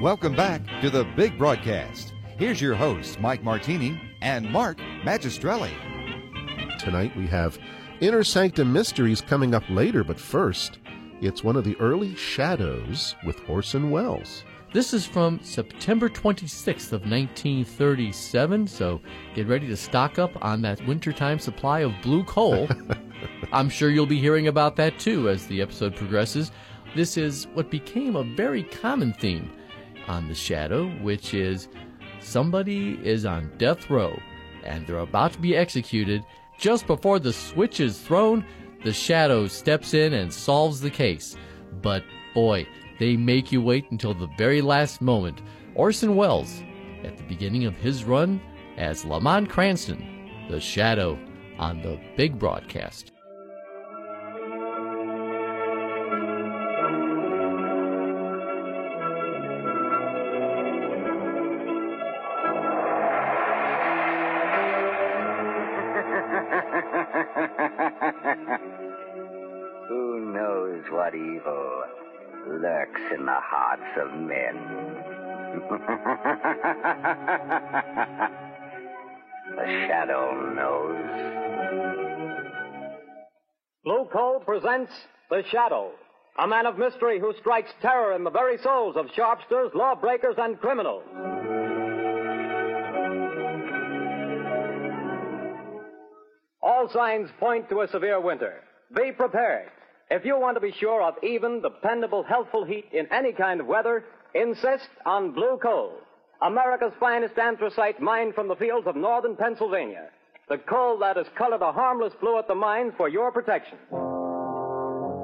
Welcome back to the big broadcast. Here's your hosts, Mike Martini and Mark Magistrelli. Tonight we have Inner Sanctum Mysteries coming up later, but first, it's one of the early shadows with Orson Welles. This is from September 26th of 1937, so get ready to stock up on that wintertime supply of blue coal. I'm sure you'll be hearing about that too as the episode progresses. This is what became a very common theme on The Shadow, which is somebody is on death row and they're about to be executed. Just before the switch is thrown, The Shadow steps in and solves the case. But boy, they make you wait until the very last moment. Orson Welles, at the beginning of his run as Lamont Cranston, The Shadow, on the big broadcast. Who knows what evil lurks in the hearts of men? the shadow knows. Blue Coal presents The Shadow, a man of mystery who strikes terror in the very souls of sharpsters, lawbreakers, and criminals. All signs point to a severe winter. Be prepared. If you want to be sure of even, dependable, healthful heat in any kind of weather, insist on Blue Coal, America's finest anthracite mined from the fields of northern Pennsylvania. The coal that is colored a harmless blue at the mine for your protection.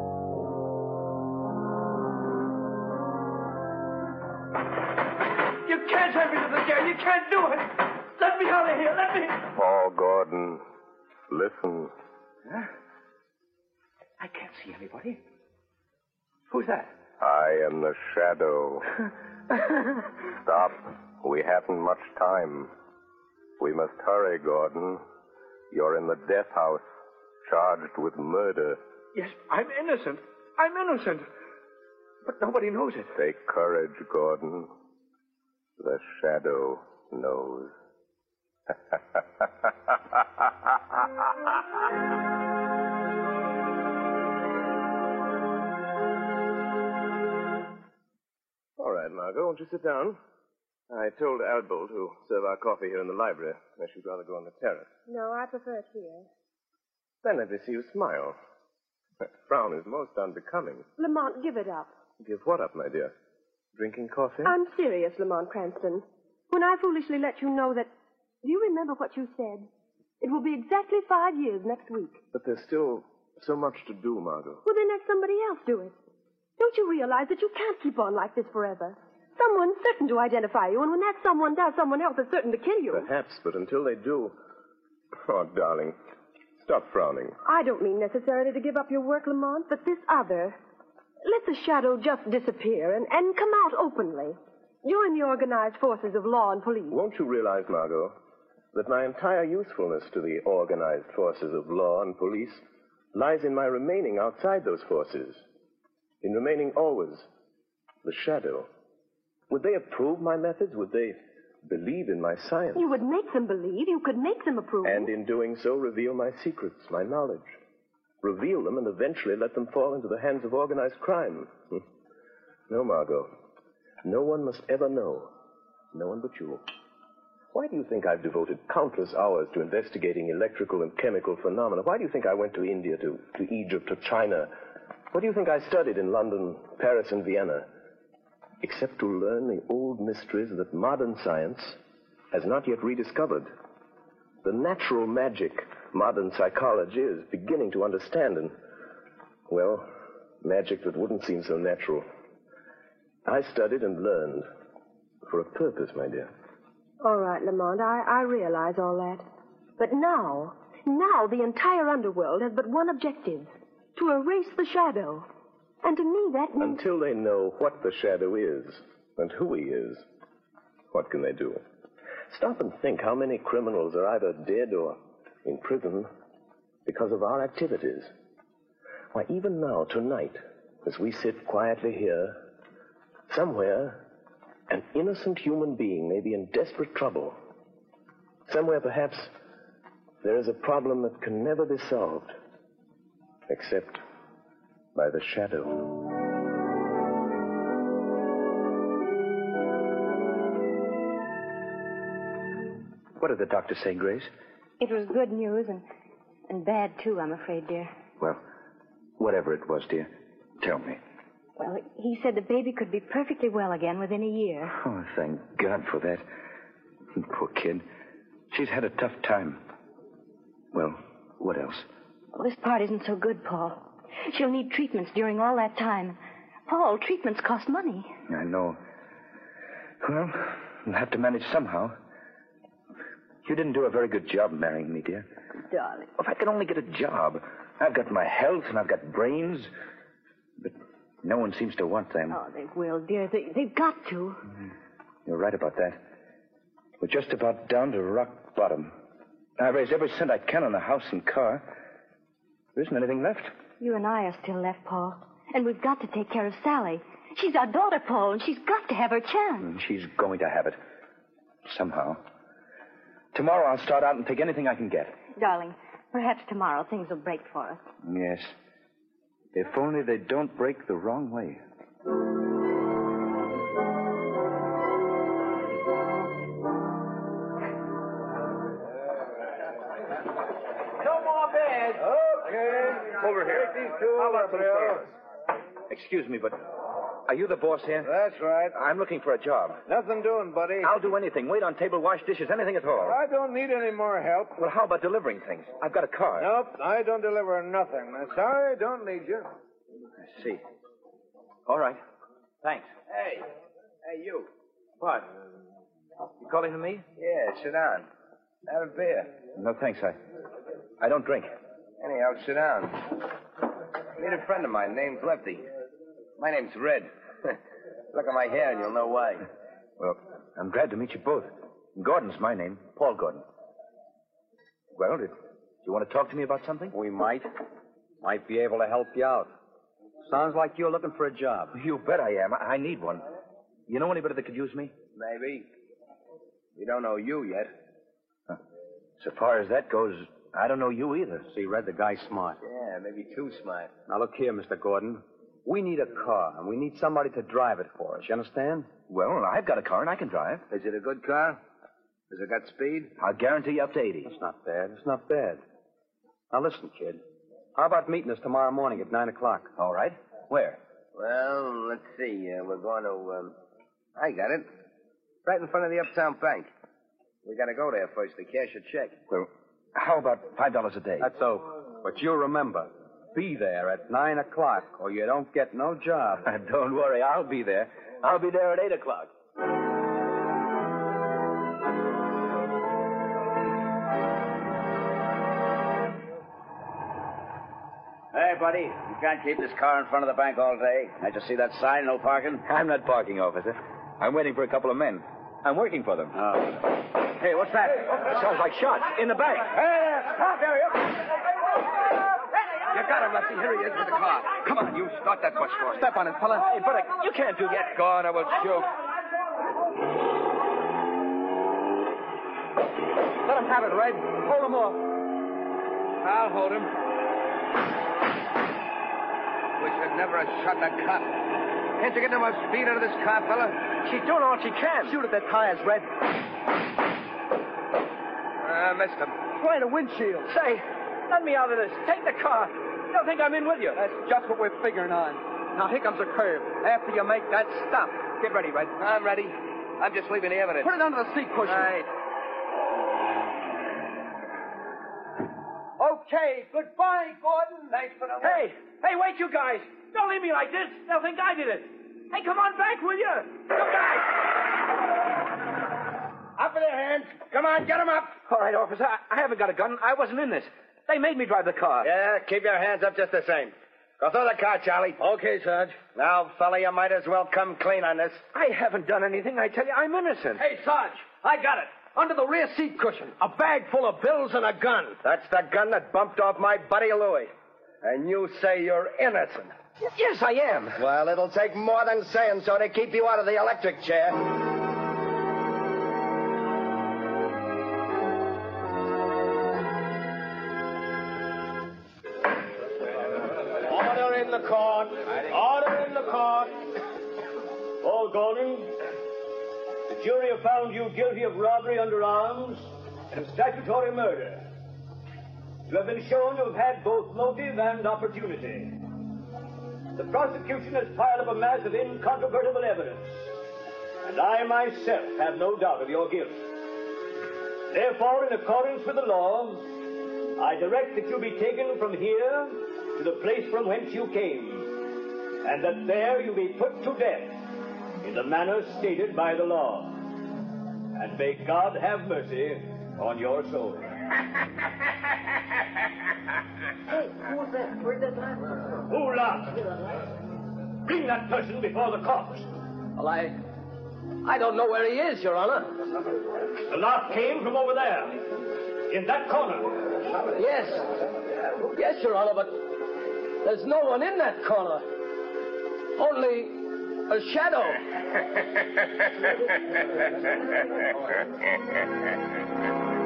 You can't have me to the jail. You can't do it. Let me out of here. Let me. Paul Gordon, listen. I can't see anybody. Who's that? I am the shadow. Stop. We haven't much time. We must hurry, Gordon. You're in the death house, charged with murder. Yes, I'm innocent. I'm innocent. But nobody knows it. Take courage, Gordon. The shadow knows. All right, Margot, won't you sit down? I told Albold to serve our coffee here in the library, unless you'd rather go on the terrace. No, I prefer it here. Then let me see you smile. That frown is most unbecoming. Lamont, give it up. Give what up, my dear? Drinking coffee? I'm serious, Lamont Cranston. When I foolishly let you know that. Do you remember what you said? It will be exactly five years next week. But there's still so much to do, Margot. Well, then let somebody else do it. Don't you realize that you can't keep on like this forever? Someone's certain to identify you, and when that someone does, someone else is certain to kill you. Perhaps, but until they do. Oh, darling, stop frowning. I don't mean necessarily to give up your work, Lamont, but this other. Let the shadow just disappear and, and come out openly. Join the organized forces of law and police. Won't you realize, Margot, that my entire usefulness to the organized forces of law and police lies in my remaining outside those forces? In remaining always the shadow. Would they approve my methods? Would they believe in my science? You would make them believe. You could make them approve. And in doing so, reveal my secrets, my knowledge. Reveal them and eventually let them fall into the hands of organized crime. Hmm. No, Margot. No one must ever know. No one but you. Why do you think I've devoted countless hours to investigating electrical and chemical phenomena? Why do you think I went to India, to, to Egypt, to China? What do you think I studied in London, Paris, and Vienna? Except to learn the old mysteries that modern science has not yet rediscovered. The natural magic modern psychology is beginning to understand, and, well, magic that wouldn't seem so natural. I studied and learned for a purpose, my dear. All right, Lamont, I, I realize all that. But now, now the entire underworld has but one objective to erase the shadow. And to me, that means. Until they know what the shadow is and who he is, what can they do? Stop and think how many criminals are either dead or in prison because of our activities. Why, even now, tonight, as we sit quietly here, somewhere An innocent human being may be in desperate trouble. Somewhere, perhaps, there is a problem that can never be solved, except by the shadow. What did the doctor say, Grace? It was good news and, and bad, too, I'm afraid, dear. Well, whatever it was, dear, tell me. Well, he said the baby could be perfectly well again within a year. Oh, thank God for that. Poor kid. She's had a tough time. Well, what else? Well, this part isn't so good, Paul. She'll need treatments during all that time. Paul, treatments cost money. I know. Well, we'll have to manage somehow. You didn't do a very good job marrying me, dear. Darling. If I could only get a job, I've got my health and I've got brains, but no one seems to want them. Oh, they will, dear. They, they've got to. You're right about that. We're just about down to rock bottom. I raise every cent I can on the house and car. There isn't anything left. You and I are still left, Paul. And we've got to take care of Sally. She's our daughter, Paul, and she's got to have her chance. And she's going to have it. Somehow. Tomorrow I'll start out and take anything I can get. Darling, perhaps tomorrow things will break for us. Yes. If only they don't break the wrong way. No more beds. Okay. Over here. Take these two. How about some Raphael? service? uh, Excuse me, but are you the boss here? That's right. I'm looking for a job. Nothing doing, buddy. I'll do anything. Wait on table, wash dishes, anything at all. I don't need any more help. Well, how about delivering things? I've got a car. Nope, I don't deliver nothing. I'm sorry, I don't need you. I see. All right. Thanks. Hey, hey, you. What? You calling to me? Yeah, sit down. Have a beer. No, thanks. I I don't drink. Anyhow, sit down. Meet a friend of mine. Name's Lefty. My name's Red. Look at my hair and you'll know why. Well, I'm glad to meet you both. Gordon's my name, Paul Gordon. Well, did you want to talk to me about something? We might. Might be able to help you out. Sounds like you're looking for a job. You bet I am. I I need one. You know anybody that could use me? Maybe. We don't know you yet. So far as that goes, I don't know you either. See, Red, the guy's smart. Yeah, maybe too smart. Now, look here, Mr. Gordon. We need a car, and we need somebody to drive it for us. You understand? Well, I've got a car and I can drive. Is it a good car? Has it got speed? I'll guarantee you up to 80. It's not bad. It's not bad. Now, listen, kid. How about meeting us tomorrow morning at 9 o'clock? All right. Where? Well, let's see. Uh, we're going to. Um, I got it. Right in front of the Uptown Bank. We got to go there first to cash a check. Well, how about $5 a day? That's over. But you remember, be there at 9 o'clock, or you don't get no job. don't worry. I'll be there. I'll be there at 8 o'clock. Hey, buddy, you can't keep this car in front of the bank all day. I just see that sign, no parking. I'm not parking, officer. I'm waiting for a couple of men. I'm working for them. Oh. Hey, what's that? That sounds like shots in the bank. Hey, stop there, you. You got him, Lefty. Here he is with the car. Come on, you start that bus for us. Step on it, fella. Hey, Buddick, you can't do that. Go on, I will shoot. Let him have it, Red. Hold him off. I'll hold him. We should never have shot that cop. Can't you get no more speed out of this car, fella? She's doing all she can. Shoot at the tires, Red. I missed him. Right, a windshield. Say, let me out of this. Take the car. They'll think I'm in with you. That's just what we're figuring on. Now, here comes a curve. After you make that stop, get ready, Red. I'm ready. I'm just leaving the evidence. Put it under the seat cushion. Right. Okay, goodbye, Gordon. Thanks for the. Hey, hey, wait, you guys! Don't leave me like this. They'll think I did it. Hey, come on back, will you? Come guys! Up with their hands. Come on, get them up. All right, officer. I, I haven't got a gun. I wasn't in this. They made me drive the car. Yeah, keep your hands up just the same. Go through the car, Charlie. Okay, Sarge. Now, fella, you might as well come clean on this. I haven't done anything. I tell you, I'm innocent. Hey, Sarge, I got it. Under the rear seat cushion, a bag full of bills and a gun. That's the gun that bumped off my buddy Louis. And you say you're innocent. Yes, I am. Well, it'll take more than saying so to keep you out of the electric chair. Order in the court. Order in the court. Paul Gordon, the jury have found you guilty of robbery under arms and statutory murder. You have been shown to have had both motive and opportunity. The prosecution has piled up a mass of incontrovertible evidence, and I myself have no doubt of your guilt. Therefore, in accordance with the law, I direct that you be taken from here to the place from whence you came, and that there you be put to death in the manner stated by the law. And may God have mercy on your soul. Who's that? Where'd that lamp Who laughed? Bring that person before the court. Well, I. I don't know where he is, Your Honor. The laugh came from over there, in that corner. Yes. Yes, Your Honor, but there's no one in that corner. Only a shadow.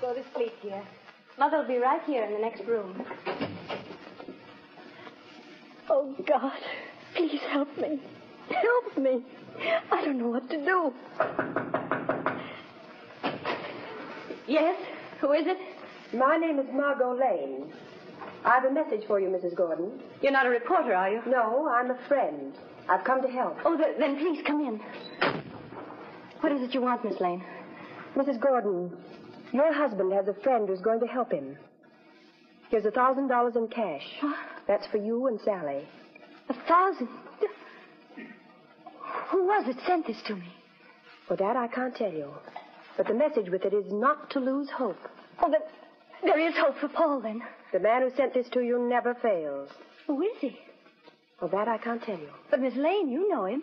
Go to sleep, dear. Mother'll be right here in the next room. Oh, God, please help me. Help me. I don't know what to do. Yes? Who is it? My name is Margot Lane. I've a message for you, Mrs. Gordon. You're not a reporter, are you? No, I'm a friend. I've come to help. Oh, th- then please come in. What is it you want, Miss Lane? Mrs. Gordon, your husband has a friend who's going to help him. Here's a thousand dollars in cash. That's for you and Sally. A thousand? Who was it sent this to me? Well, that I can't tell you. But the message with it is not to lose hope. Oh, then there is hope for Paul, then. The man who sent this to you never fails. Who is he? Well, that I can't tell you. But Miss Lane, you know him.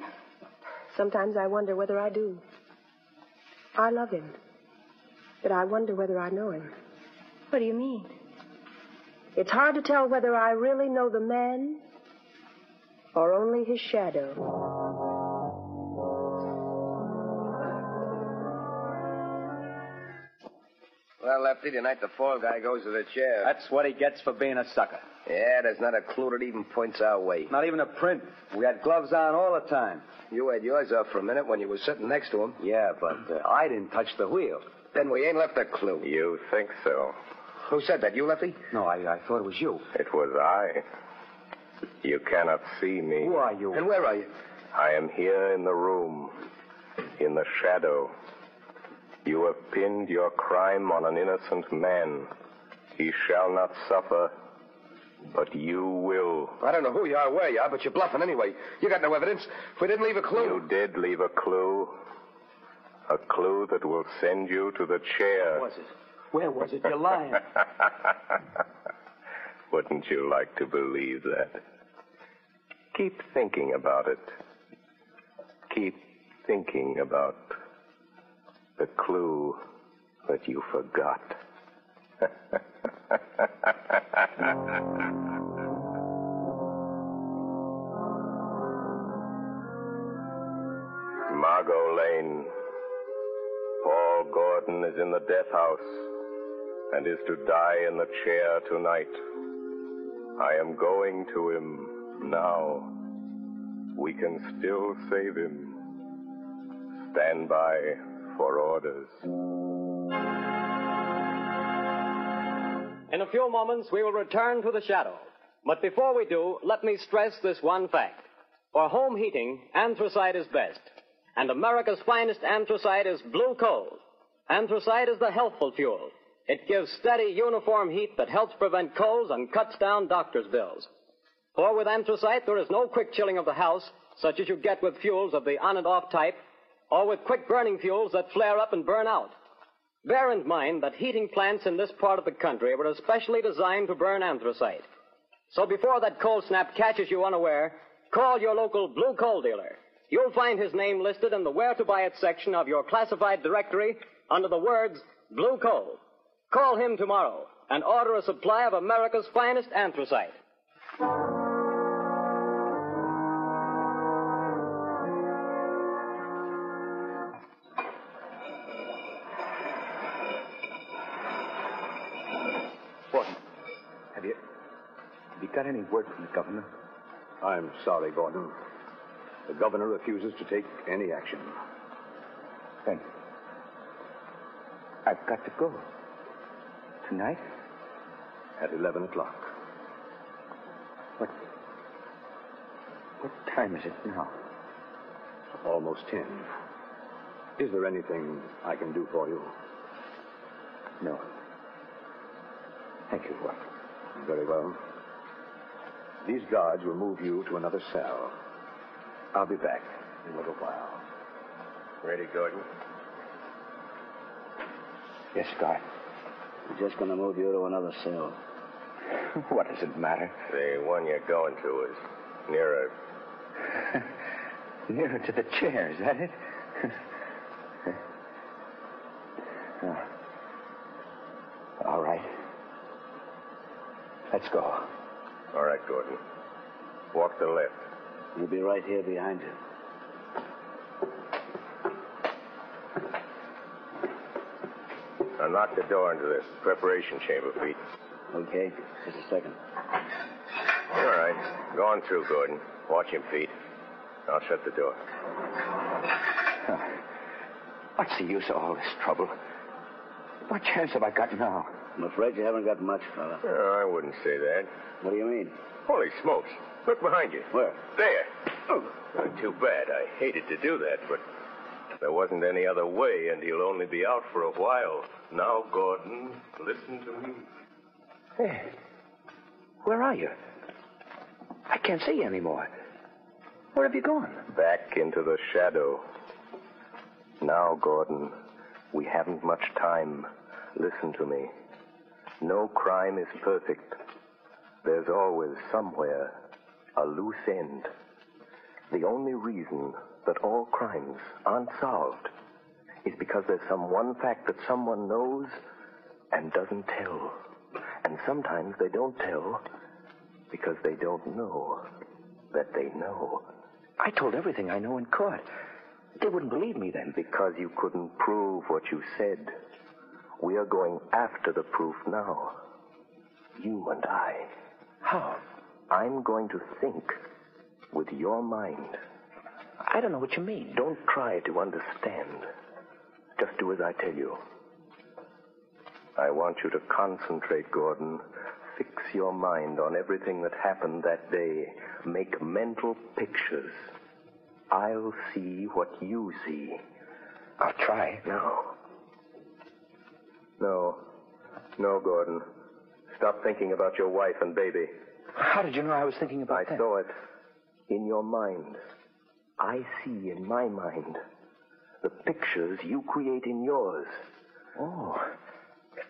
Sometimes I wonder whether I do. I love him. But I wonder whether I know him. What do you mean? It's hard to tell whether I really know the man or only his shadow. Well, Lefty, tonight the fall guy goes to the chair. That's what he gets for being a sucker. Yeah, there's not a clue that even points our way. Not even a print. We had gloves on all the time. You had yours off for a minute when you were sitting next to him. Yeah, but uh, I didn't touch the wheel. Then we ain't left a clue. You think so? Who said that? You, Lefty? No, I, I thought it was you. It was I. You cannot see me. Who are you? And where are you? I am here in the room, in the shadow. You have pinned your crime on an innocent man. He shall not suffer, but you will. I don't know who you are, where you are, but you're bluffing anyway. You got no evidence. We didn't leave a clue. You did leave a clue. A clue that will send you to the chair. was it? Where was it? You're lying. Wouldn't you like to believe that? Keep thinking about it. Keep thinking about the clue that you forgot. Margot Lane. Paul Gordon is in the death house and is to die in the chair tonight. I am going to him now. We can still save him. Stand by for orders. In a few moments, we will return to the shadow. But before we do, let me stress this one fact. For home heating, anthracite is best. And America's finest anthracite is blue coal. Anthracite is the healthful fuel. It gives steady, uniform heat that helps prevent colds and cuts down doctor's bills. For with anthracite, there is no quick chilling of the house, such as you get with fuels of the on and off type, or with quick burning fuels that flare up and burn out. Bear in mind that heating plants in this part of the country were especially designed to burn anthracite. So before that cold snap catches you unaware, call your local blue coal dealer. You'll find his name listed in the Where to Buy It section of your classified directory under the words Blue Coal. Call him tomorrow and order a supply of America's finest anthracite. Gordon, have you have you got any word from the governor? I'm sorry, Gordon. The governor refuses to take any action. Thank you. I've got to go. Tonight? At 11 o'clock. What? What time is it now? Almost 10. Is there anything I can do for you? No. Thank you, Watson. Very well. These guards will move you to another cell. I'll be back in a little while. Ready, Gordon? Yes, guard. We're just going to move you to another cell. what does it matter? The one you're going to is nearer. Nearer to the chair, is that it? Oh. All right. Let's go. All right, Gordon. Walk the left. You'll be right here behind you. Now knock the door into the preparation chamber, Pete. Okay, just a second. All right. Go on through, Gordon. Watch him, Pete. I'll shut the door. What's the use of all this trouble? What chance have I got now? I'm afraid you haven't got much, fella. Oh, I wouldn't say that. What do you mean? Holy smokes. Look behind you. Where? There. Oh, not too bad. I hated to do that, but there wasn't any other way, and he'll only be out for a while. Now, Gordon, listen to me. Hey, where are you? I can't see you anymore. Where have you gone? Back into the shadow. Now, Gordon, we haven't much time. Listen to me. No crime is perfect. There's always somewhere a loose end. The only reason that all crimes aren't solved is because there's some one fact that someone knows and doesn't tell. And sometimes they don't tell because they don't know that they know. I told everything I know in court. They wouldn't believe me then. Because you couldn't prove what you said. We are going after the proof now. You and I. How? I'm going to think with your mind. I don't know what you mean. Don't try to understand. Just do as I tell you. I want you to concentrate, Gordon. Fix your mind on everything that happened that day. Make mental pictures. I'll see what you see. I'll try. No. No. No, Gordon. Stop thinking about your wife and baby. How did you know I was thinking about I that? saw it in your mind. I see in my mind the pictures you create in yours. Oh.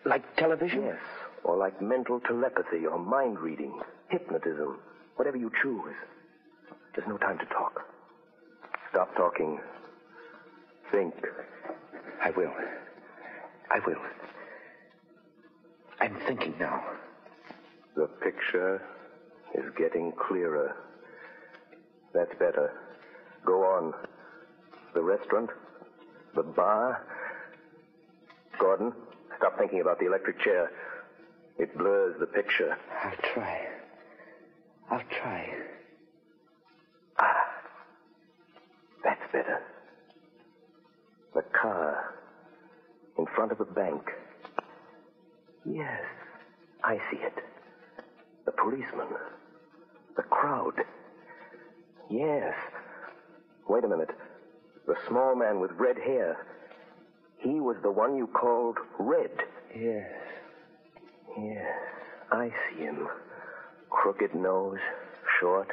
Like television? Yes, or like mental telepathy or mind reading, hypnotism, whatever you choose. There's no time to talk. Stop talking. Think. I will. I will. I'm thinking now. The picture is getting clearer. That's better. Go on. The restaurant? The bar? Gordon, stop thinking about the electric chair. It blurs the picture. I'll try. I'll try. Ah. That's better. The car in front of a bank. Yes, I see it. The policeman. The crowd. Yes. Wait a minute. The small man with red hair. He was the one you called Red. Yes. Yes, I see him. Crooked nose, short,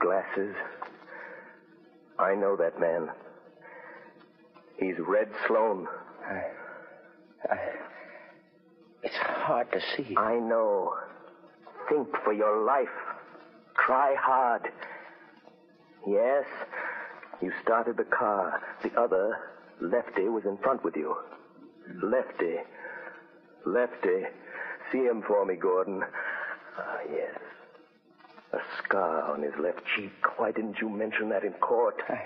glasses. I know that man. He's Red Sloan. I, I, it's hard to see. I know. Think for your life. Try hard. Yes. You started the car. The other, Lefty, was in front with you. Lefty. Lefty. See him for me, Gordon. Ah, yes. A scar on his left cheek. Why didn't you mention that in court? I,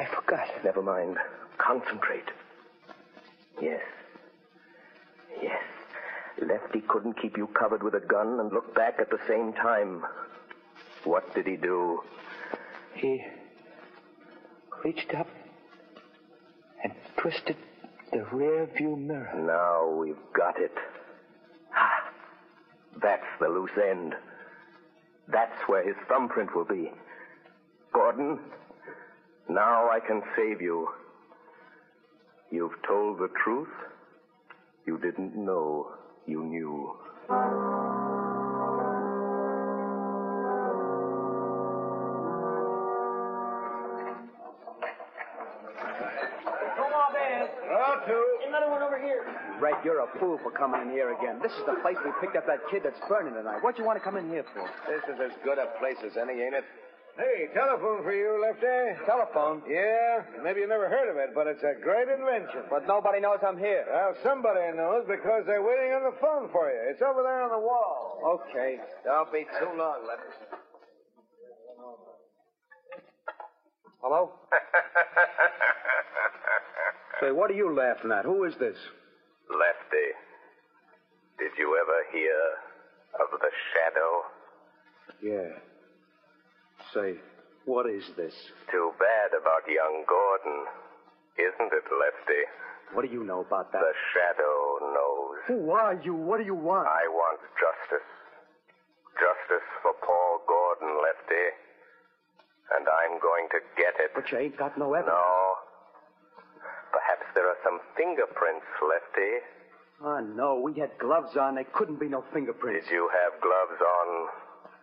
I forgot. Never mind. Concentrate. Yes. Yes. Lefty couldn't keep you covered with a gun and look back at the same time. What did he do? He reached up and twisted the rear view mirror. Now we've got it. Ah, That's the loose end. That's where his thumbprint will be. Gordon, now I can save you. You've told the truth. You didn't know you knew. Come on, man. Route two. Another one over here. Red, you're a fool for coming in here again. This is the place we picked up that kid that's burning tonight. What you want to come in here for? This is as good a place as any, ain't it? Hey, telephone for you, Lefty. Telephone? Yeah, maybe you never heard of it, but it's a great invention. But nobody knows I'm here. Well, somebody knows because they're waiting on the phone for you. It's over there on the wall. Okay. Don't be too long, Lefty. Hello? Say, what are you laughing at? Who is this? Lefty, did you ever hear of the shadow? Yeah. Say, what is this? Too bad about young Gordon, isn't it, Lefty? What do you know about that? The shadow knows. Who are you? What do you want? I want justice. Justice for Paul Gordon, Lefty. And I'm going to get it. But you ain't got no evidence. No. Perhaps there are some fingerprints, Lefty. Oh, no. We had gloves on. There couldn't be no Did fingerprints. you have gloves on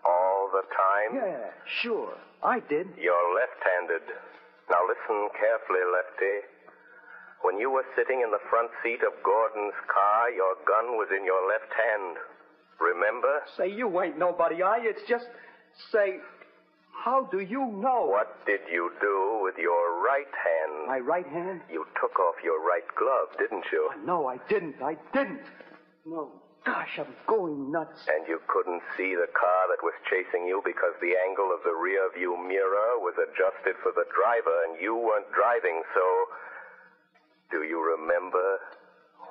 all the time? Yeah, sure. I did. You're left handed. Now listen carefully, Lefty. When you were sitting in the front seat of Gordon's car, your gun was in your left hand. Remember? Say, you ain't nobody, are you? It's just. Say, how do you know? What did you do with your right hand? My right hand? You took off your right glove, didn't you? No, I didn't. I didn't. No. Gosh, I'm going nuts. And you couldn't see the car that was chasing you because the angle of the rear view mirror was adjusted for the driver and you weren't driving, so. Do you remember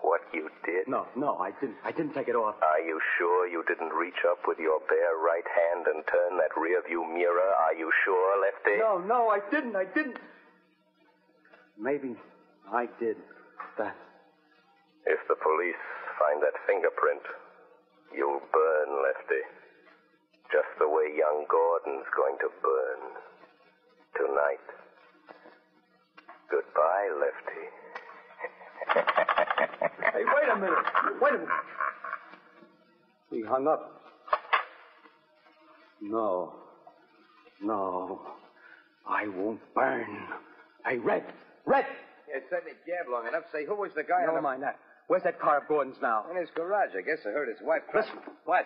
what you did? No, no, I didn't. I didn't take it off. Are you sure you didn't reach up with your bare right hand and turn that rear view mirror? Are you sure, Lefty? No, no, I didn't. I didn't. Maybe I did. That. If the police find that fingerprint, you'll burn, Lefty. Just the way young Gordon's going to burn. Tonight. Goodbye, Lefty. Hey, wait a minute. Wait a minute. He hung up. No. No. I won't burn. Hey, Red. Red! You said me jab long enough. Say, who was the guy Never on the... mind that. Where's that car of Gordon's now? In his garage. I guess I heard his wife. Listen. What?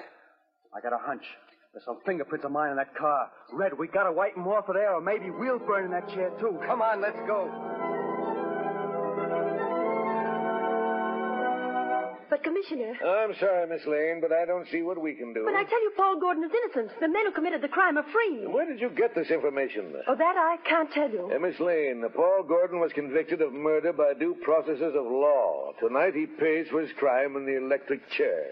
I got a hunch. There's some fingerprints of mine in that car. Red, we gotta wipe them off of there, or maybe we'll burn in that chair, too. Come on, let's go. But, Commissioner, I'm sorry, Miss Lane, but I don't see what we can do. but I tell you, Paul Gordon is innocent. The men who committed the crime are free. Where did you get this information? Oh, that I can't tell you. Uh, Miss Lane, Paul Gordon was convicted of murder by due processes of law. Tonight he pays for his crime in the electric chair.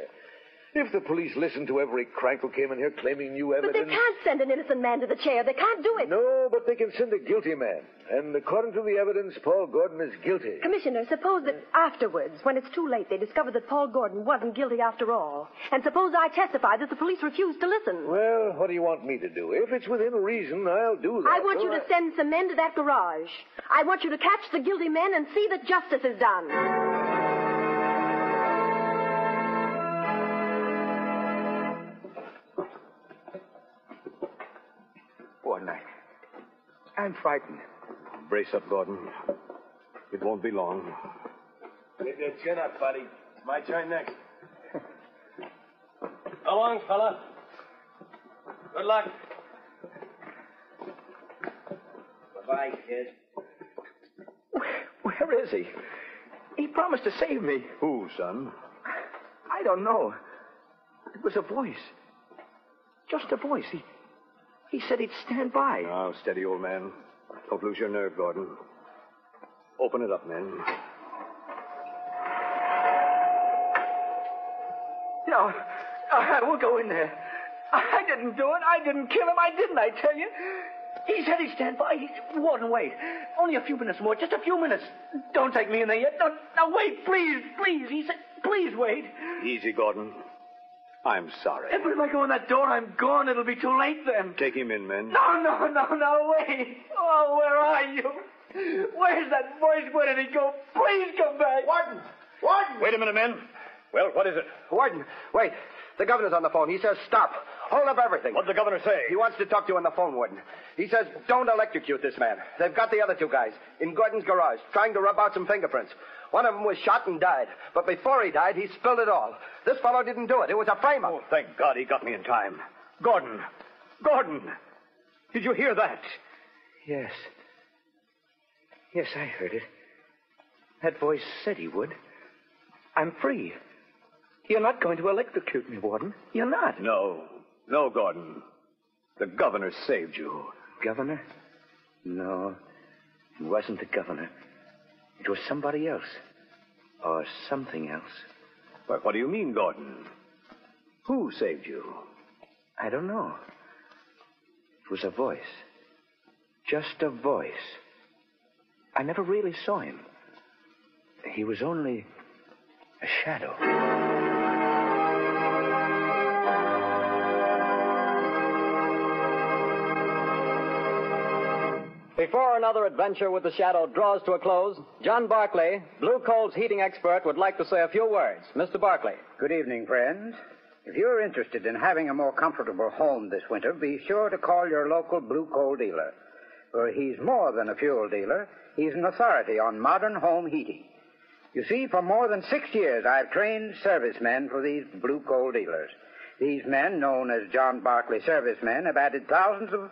If the police listened to every crank who came in here claiming new But they evidence. can't send an innocent man to the chair. They can't do it. No, but they can send a guilty man. And according to the evidence, Paul Gordon is guilty. Commissioner, suppose that afterwards, when it's too late, they discover that Paul Gordon wasn't guilty after all. And suppose I testify that the police refused to listen. Well, what do you want me to do? If it's within reason, I'll do that. I want you to send some men to that garage. I want you to catch the guilty men and see that justice is done. Poor night. I'm frightened. Brace up, Gordon. It won't be long. Chin up, buddy. It's my turn next. Go along, fella. Good luck. Bye, kid. Where is he? He promised to save me. Who, son? I don't know. It was a voice. Just a voice. He, he said he'd stand by. Now, steady, old man. Don't lose your nerve, Gordon. Open it up, men. No, I will go in there. I didn't do it. I didn't kill him. I didn't, I tell you. He said he'd stand by. He's Warden, wait. Only a few minutes more. Just a few minutes. Don't take me in there yet. No, no, wait, please, please. He said, please wait. Easy, Gordon. I'm sorry. But if I go in that door, I'm gone. It'll be too late then. Take him in, men. No, no, no, no, wait. Oh, where are you? Where's that voice? Where did he go? Please come back. Warden! Warden! Wait a minute, men. Well, what is it? Warden, wait. The governor's on the phone. He says stop. Hold up everything. What'd the governor say? He wants to talk to you on the phone, Warden. He says don't electrocute this man. They've got the other two guys in Gordon's garage trying to rub out some fingerprints. One of them was shot and died. But before he died, he spilled it all. This fellow didn't do it. It was a frame-up. Oh, thank God he got me in time. Gordon. Gordon. Did you hear that? Yes. Yes, I heard it. That voice said he would. I'm free. You're not going to electrocute me, Warden. You're not. No. No, Gordon. The governor saved you. Governor? No. It wasn't the governor. It was somebody else. Or something else. Well, what do you mean, Gordon? Who saved you? I don't know. It was a voice. Just a voice. I never really saw him. He was only a shadow. Before another adventure with the shadow draws to a close, John Barclay, Blue Coal's heating expert, would like to say a few words. Mr. Barclay. Good evening, friends. If you're interested in having a more comfortable home this winter, be sure to call your local Blue Coal dealer. For he's more than a fuel dealer, he's an authority on modern home heating. You see, for more than six years, I've trained servicemen for these Blue Coal dealers. These men, known as John Barclay servicemen, have added thousands of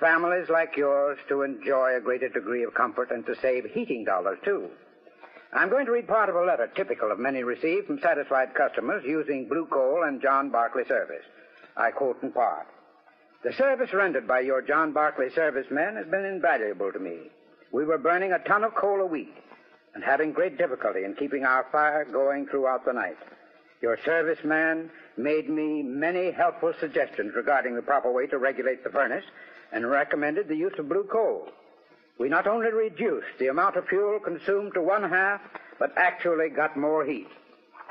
families like yours to enjoy a greater degree of comfort and to save heating dollars, too. I'm going to read part of a letter typical of many received from satisfied customers using Blue Coal and John Barclay service. I quote in part The service rendered by your John Barclay servicemen has been invaluable to me. We were burning a ton of coal a week and having great difficulty in keeping our fire going throughout the night. Your serviceman made me many helpful suggestions regarding the proper way to regulate the furnace and recommended the use of blue coal. We not only reduced the amount of fuel consumed to one half, but actually got more heat.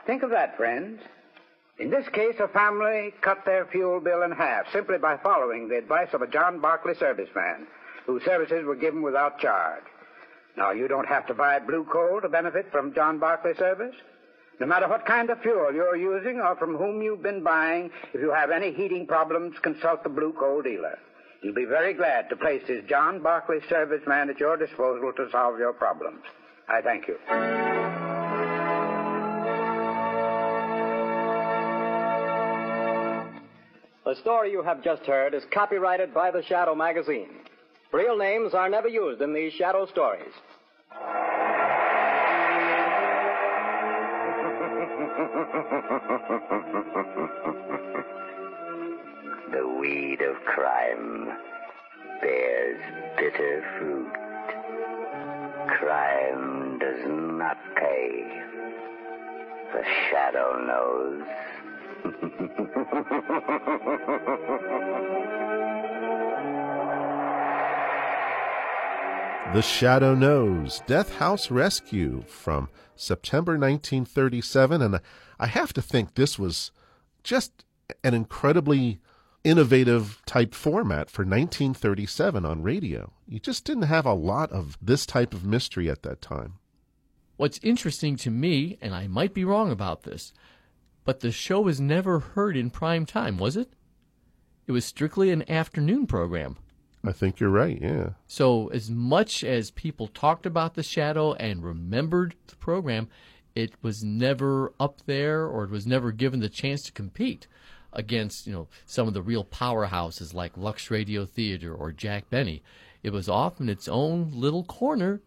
Think of that, friends. In this case, a family cut their fuel bill in half simply by following the advice of a John Barclay serviceman whose services were given without charge. Now, you don't have to buy blue coal to benefit from John Barclay service. No matter what kind of fuel you're using or from whom you've been buying, if you have any heating problems, consult the blue coal dealer. He'll be very glad to place his John Barclay service man at your disposal to solve your problems. I thank you. The story you have just heard is copyrighted by the Shadow magazine. Real names are never used in these Shadow stories. the weed of crime bears bitter fruit. Crime does not pay. The shadow knows. The Shadow Knows Death House Rescue from September 1937. And I have to think this was just an incredibly innovative type format for 1937 on radio. You just didn't have a lot of this type of mystery at that time. What's interesting to me, and I might be wrong about this, but the show was never heard in prime time, was it? It was strictly an afternoon program. I think you're right, yeah. So, as much as people talked about The Shadow and remembered the program, it was never up there or it was never given the chance to compete against you know some of the real powerhouses like Lux Radio Theater or Jack Benny. It was often its own little corner,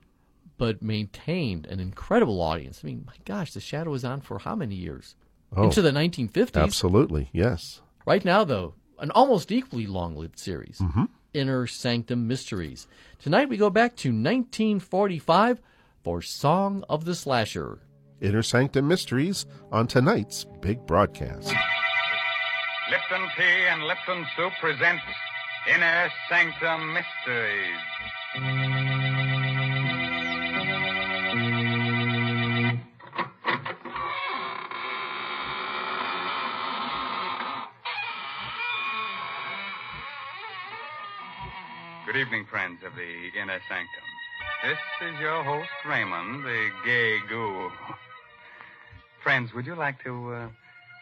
but maintained an incredible audience. I mean, my gosh, The Shadow was on for how many years? Oh. into the 1950s. Absolutely, yes. Right now, though, an almost equally long lived series Mhm. Inner Sanctum Mysteries. Tonight we go back to 1945 for Song of the Slasher. Inner Sanctum Mysteries on tonight's big broadcast. Lipton Tea and Lipton Soup presents Inner Sanctum Mysteries. Good evening, friends of the Inner Sanctum. This is your host, Raymond, the gay ghoul. Friends, would you like to uh,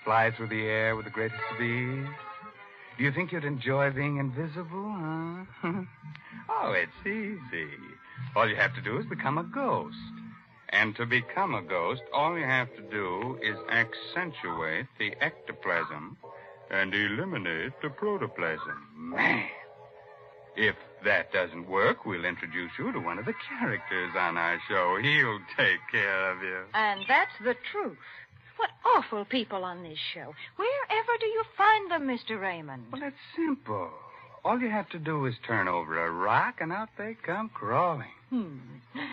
fly through the air with the greatest of ease? Do you think you'd enjoy being invisible, huh? oh, it's easy. All you have to do is become a ghost. And to become a ghost, all you have to do is accentuate the ectoplasm and eliminate the protoplasm. Man! If that doesn't work, we'll introduce you to one of the characters on our show. He'll take care of you. And that's the truth. What awful people on this show. Wherever do you find them, Mr. Raymond? Well, it's simple. All you have to do is turn over a rock, and out they come crawling. Hmm.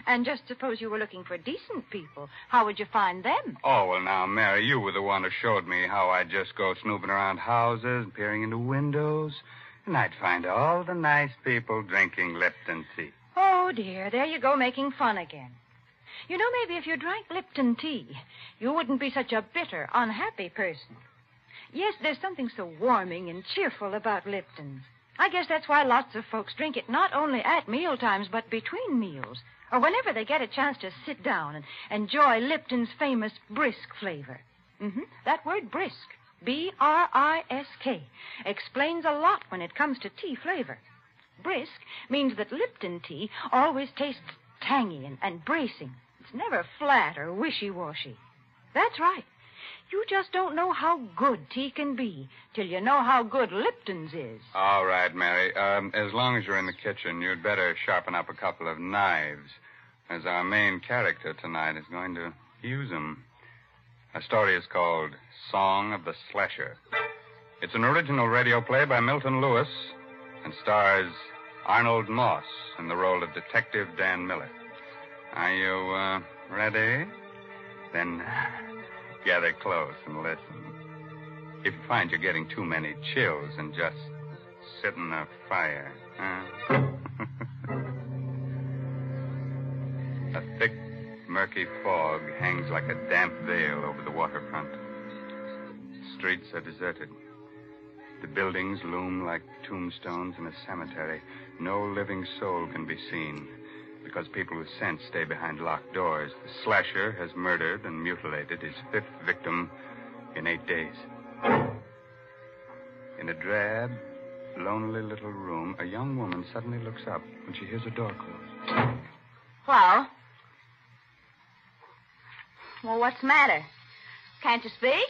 And just suppose you were looking for decent people. How would you find them? Oh, well, now, Mary, you were the one who showed me how I'd just go snooping around houses, peering into windows, and I'd find all the nice people drinking Lipton tea. Oh, dear. There you go, making fun again. You know, maybe if you drank Lipton tea, you wouldn't be such a bitter, unhappy person. Yes, there's something so warming and cheerful about Lipton's. I guess that's why lots of folks drink it not only at meal times, but between meals, or whenever they get a chance to sit down and enjoy Lipton's famous brisk flavor. hmm That word brisk, B R I S K, explains a lot when it comes to tea flavor. Brisk means that Lipton tea always tastes tangy and, and bracing. It's never flat or wishy washy. That's right. You just don't know how good tea can be till you know how good Lipton's is. All right, Mary. Um, as long as you're in the kitchen, you'd better sharpen up a couple of knives, as our main character tonight is going to use them. Our story is called Song of the Slasher. It's an original radio play by Milton Lewis and stars Arnold Moss in the role of Detective Dan Miller. Are you uh, ready? Then gather close and listen. If you find you're getting too many chills and just sit in the fire. Huh? a thick, murky fog hangs like a damp veil over the waterfront. Streets are deserted. The buildings loom like tombstones in a cemetery. No living soul can be seen because people with sense stay behind locked doors. The slasher has murdered and mutilated his fifth victim in eight days. In a drab, lonely little room, a young woman suddenly looks up when she hears a door close. Hello? Well, what's the matter? Can't you speak?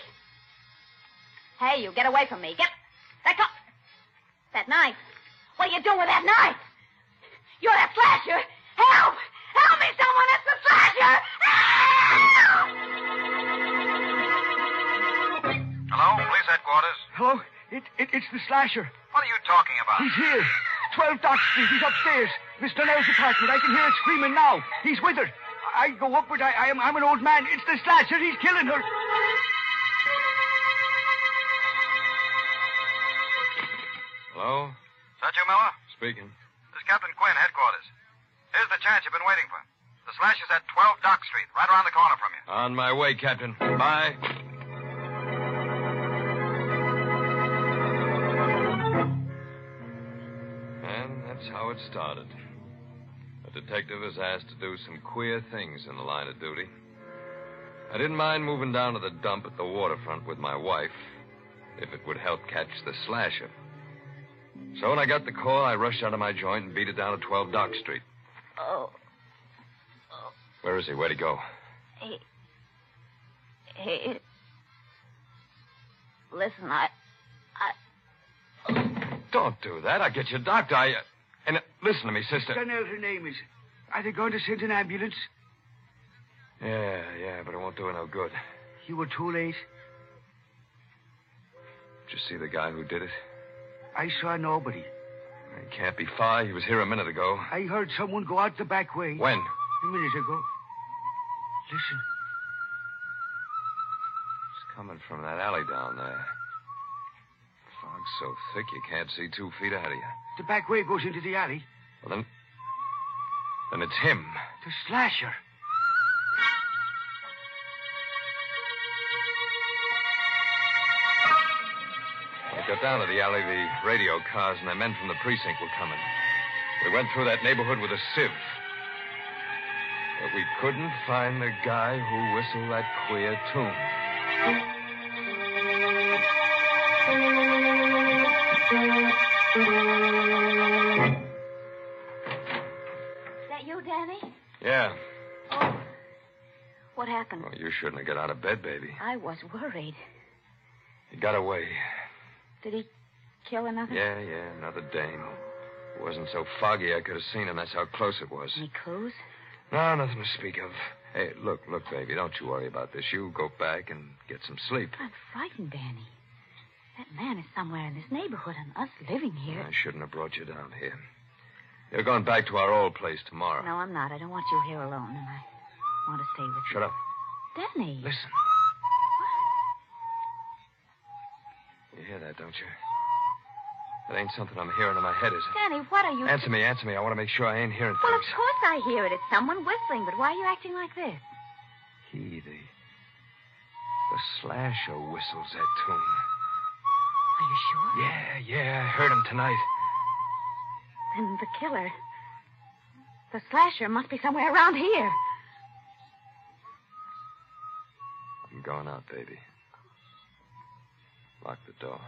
Hey, you, get away from me. Get that co- That knife. What are you doing with that knife? You're that flasher. Help! Help me, someone! It's the flasher! Hello, police headquarters. Hello? It, it, it's the slasher. What are you talking about? He's here. 12 Dock Street. He's upstairs. Mr. Nell's apartment. I can hear it screaming now. He's with her. I I go upward. I, I am, I'm an old man. It's the slasher. He's killing her. Hello? Is that you, Miller? Speaking. This is Captain Quinn, headquarters. Here's the chance you've been waiting for. The slash is at 12 Dock Street, right around the corner from you. On my way, Captain. Bye. And that's how it started. A detective is asked to do some queer things in the line of duty. I didn't mind moving down to the dump at the waterfront with my wife if it would help catch the slasher. So when I got the call, I rushed out of my joint and beat it down to 12 Dock Street. Oh, Where is he? Where'd he go? he. He. Listen, I. Don't do that. I'll get you a doctor. I, uh, and uh, listen to me, sister. Mr. Nell, her name is. Are they going to send an ambulance? Yeah, yeah, but it won't do her no good. You were too late. Did you see the guy who did it? I saw nobody. He can't be far. He was here a minute ago. I heard someone go out the back way. When? A minute ago. Listen. It's coming from that alley down there. Fog's so thick you can't see two feet ahead of you. The back way goes into the alley. Well, then. Then it's him. The slasher. When we got down to the alley, the radio cars and the men from the precinct were coming. We went through that neighborhood with a sieve. But we couldn't find the guy who whistled that queer tune. Is that you, Danny? Yeah. What happened? Well, you shouldn't have got out of bed, baby. I was worried. He got away. Did he kill another? Yeah, yeah, another dame. It wasn't so foggy I could have seen him. That's how close it was. Any clues? No, nothing to speak of. Hey, look, look, baby, don't you worry about this. You go back and get some sleep. I'm frightened, Danny. That man is somewhere in this neighborhood, and us living here. I shouldn't have brought you down here. You're going back to our old place tomorrow. No, I'm not. I don't want you here alone, and I want to stay with Shut up. you. Danny. Listen. You hear that, don't you? That ain't something I'm hearing in my head, is it? Danny, what are you. Answer me, answer me. I want to make sure I ain't hearing Well, of things. course I hear it. It's someone whistling, but why are you acting like this? He, the. The slasher whistles that tune. Are you sure? Yeah, yeah, I heard him tonight. Then the killer. The slasher must be somewhere around here. I'm going out, baby. Lock the door.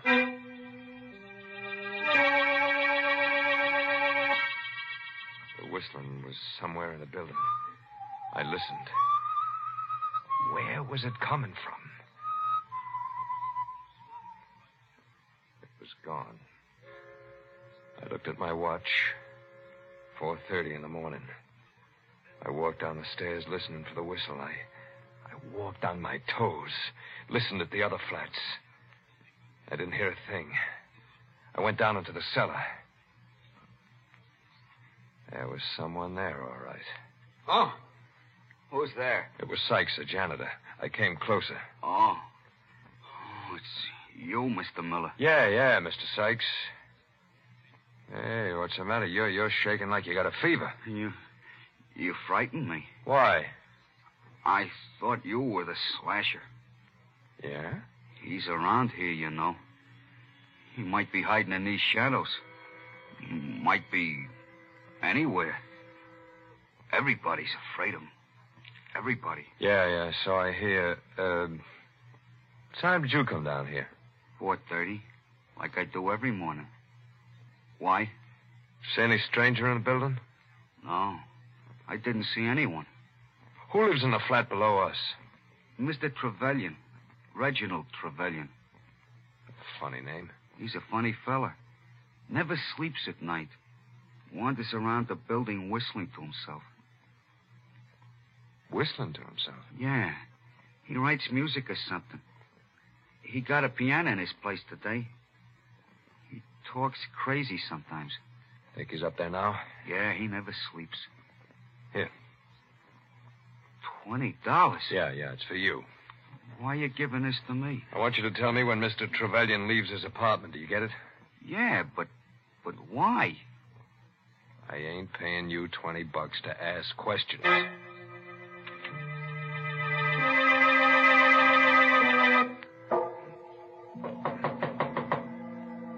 The whistling was somewhere in the building. I listened. Where was it coming from? It was gone. I looked at my watch. 4:30 in the morning. I walked down the stairs listening for the whistle. I I walked on my toes, listened at the other flats. I didn't hear a thing. I went down into the cellar. There was someone there, all right. Oh. Who's there? It was Sykes, the janitor. I came closer. Oh. Oh, it's you, Mr. Miller. Yeah, yeah, Mr. Sykes. Hey, what's the matter? You're, you're shaking like you got a fever. You. You frightened me. Why? I thought you were the slasher. Yeah? He's around here, you know. He might be hiding in these shadows. He might be anywhere. Everybody's afraid of him. Everybody. Yeah, yeah, so I hear. Uh, time did you come down here? 4.30, like I do every morning. Why? See any stranger in the building? No, I didn't see anyone. Who lives in the flat below us? Mr. Trevelyan, Reginald Trevelyan. Funny name. He's a funny fella. Never sleeps at night. Wanders around the building whistling to himself. Whistling to himself. Yeah. He writes music or something. He got a piano in his place today. He talks crazy sometimes. Think he's up there now? Yeah, he never sleeps. Here. Twenty dollars? Yeah, yeah, it's for you. Why are you giving this to me? I want you to tell me when Mr. Trevelyan leaves his apartment. Do you get it? Yeah, but but why? I ain't paying you 20 bucks to ask questions.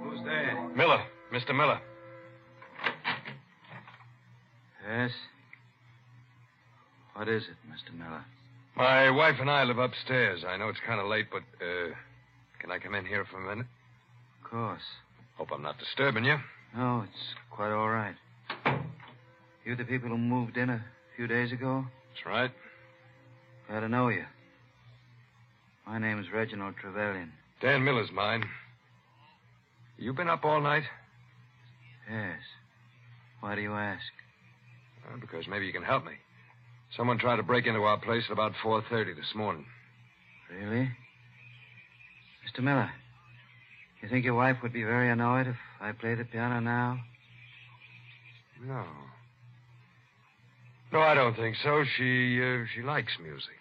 Who's there? Miller, Mr. Miller. Yes. What is it, Mr. Miller? My wife and I live upstairs. I know it's kind of late, but uh, can I come in here for a minute? Of course. Hope I'm not disturbing you. No, it's quite all right. You the people who moved in a few days ago? That's right. Glad to know you. My name's Reginald Trevelyan. Dan Miller's mine. You been up all night? Yes. Why do you ask? Well, because maybe you can help me. Someone tried to break into our place at about 4.30 this morning. Really? Mr. Miller, You think your wife would be very annoyed if I played the piano now? No. No, I don't think so. She uh, she likes music.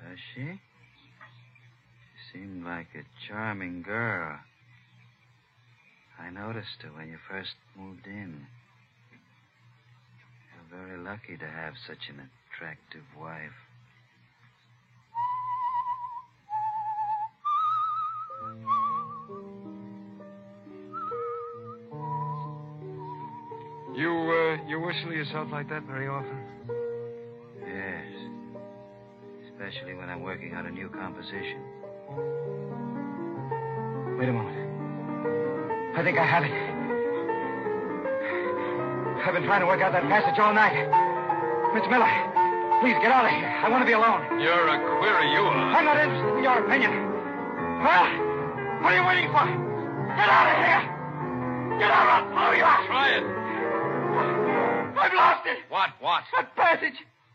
Does she? She seemed like a charming girl. I noticed her when you first moved in. You're very lucky to have such an attractive wife. You uh, you whistle yourself like that very often. Yes. Especially when I'm working on a new composition. Wait a moment. I think I have it. I've been trying to work out that passage all night. Miss Miller, please get out of here. I want to be alone. You're a query, you are. I'm not interested in your opinion. Well, what are you waiting for? Get out of here! Get out or I'll blow you out! Try it. I've lost it! What? What? That passage!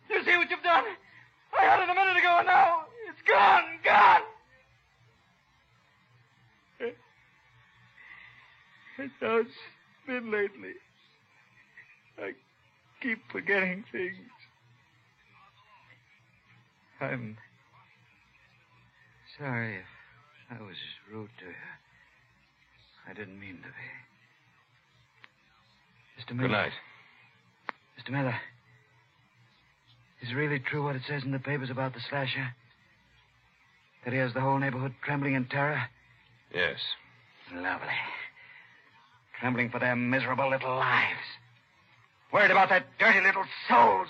You see what you've done? I had it a minute ago, and now it's gone, gone! That's how it's been lately. I keep forgetting things. I'm sorry if I was rude to you. I didn't mean to be. Mr. Miller. Good night. Mr. Miller. Is really true what it says in the papers about the slasher? That he has the whole neighborhood trembling in terror? Yes. Lovely. Trembling for their miserable little lives. Worried about their dirty little souls.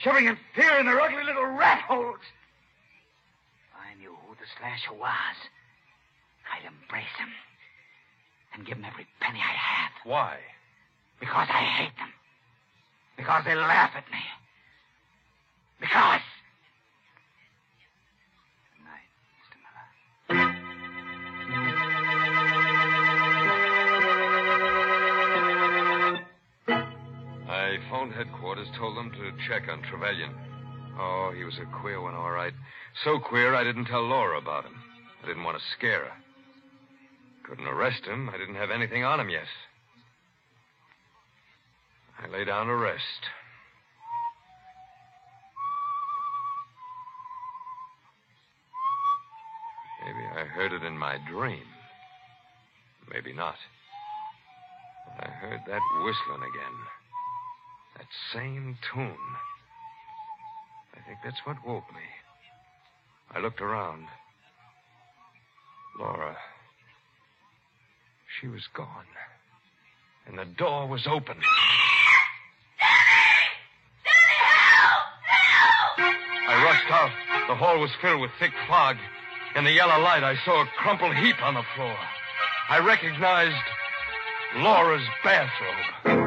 Shivering in fear in their ugly little rat holes. I knew who the slasher was. I'd embrace him. And give him every penny I have. Why? Because I hate them. Because they laugh at me. Because. I phoned headquarters, told them to check on Trevelyan. Oh, he was a queer one, all right. So queer, I didn't tell Laura about him. I didn't want to scare her. Couldn't arrest him. I didn't have anything on him yet. I lay down to rest. Maybe I heard it in my dream. Maybe not. But I heard that whistling again. That same tune. I think that's what woke me. I looked around. Laura. She was gone. And the door was open. I rushed out. The hall was filled with thick fog. In the yellow light, I saw a crumpled heap on the floor. I recognized Laura's bathrobe.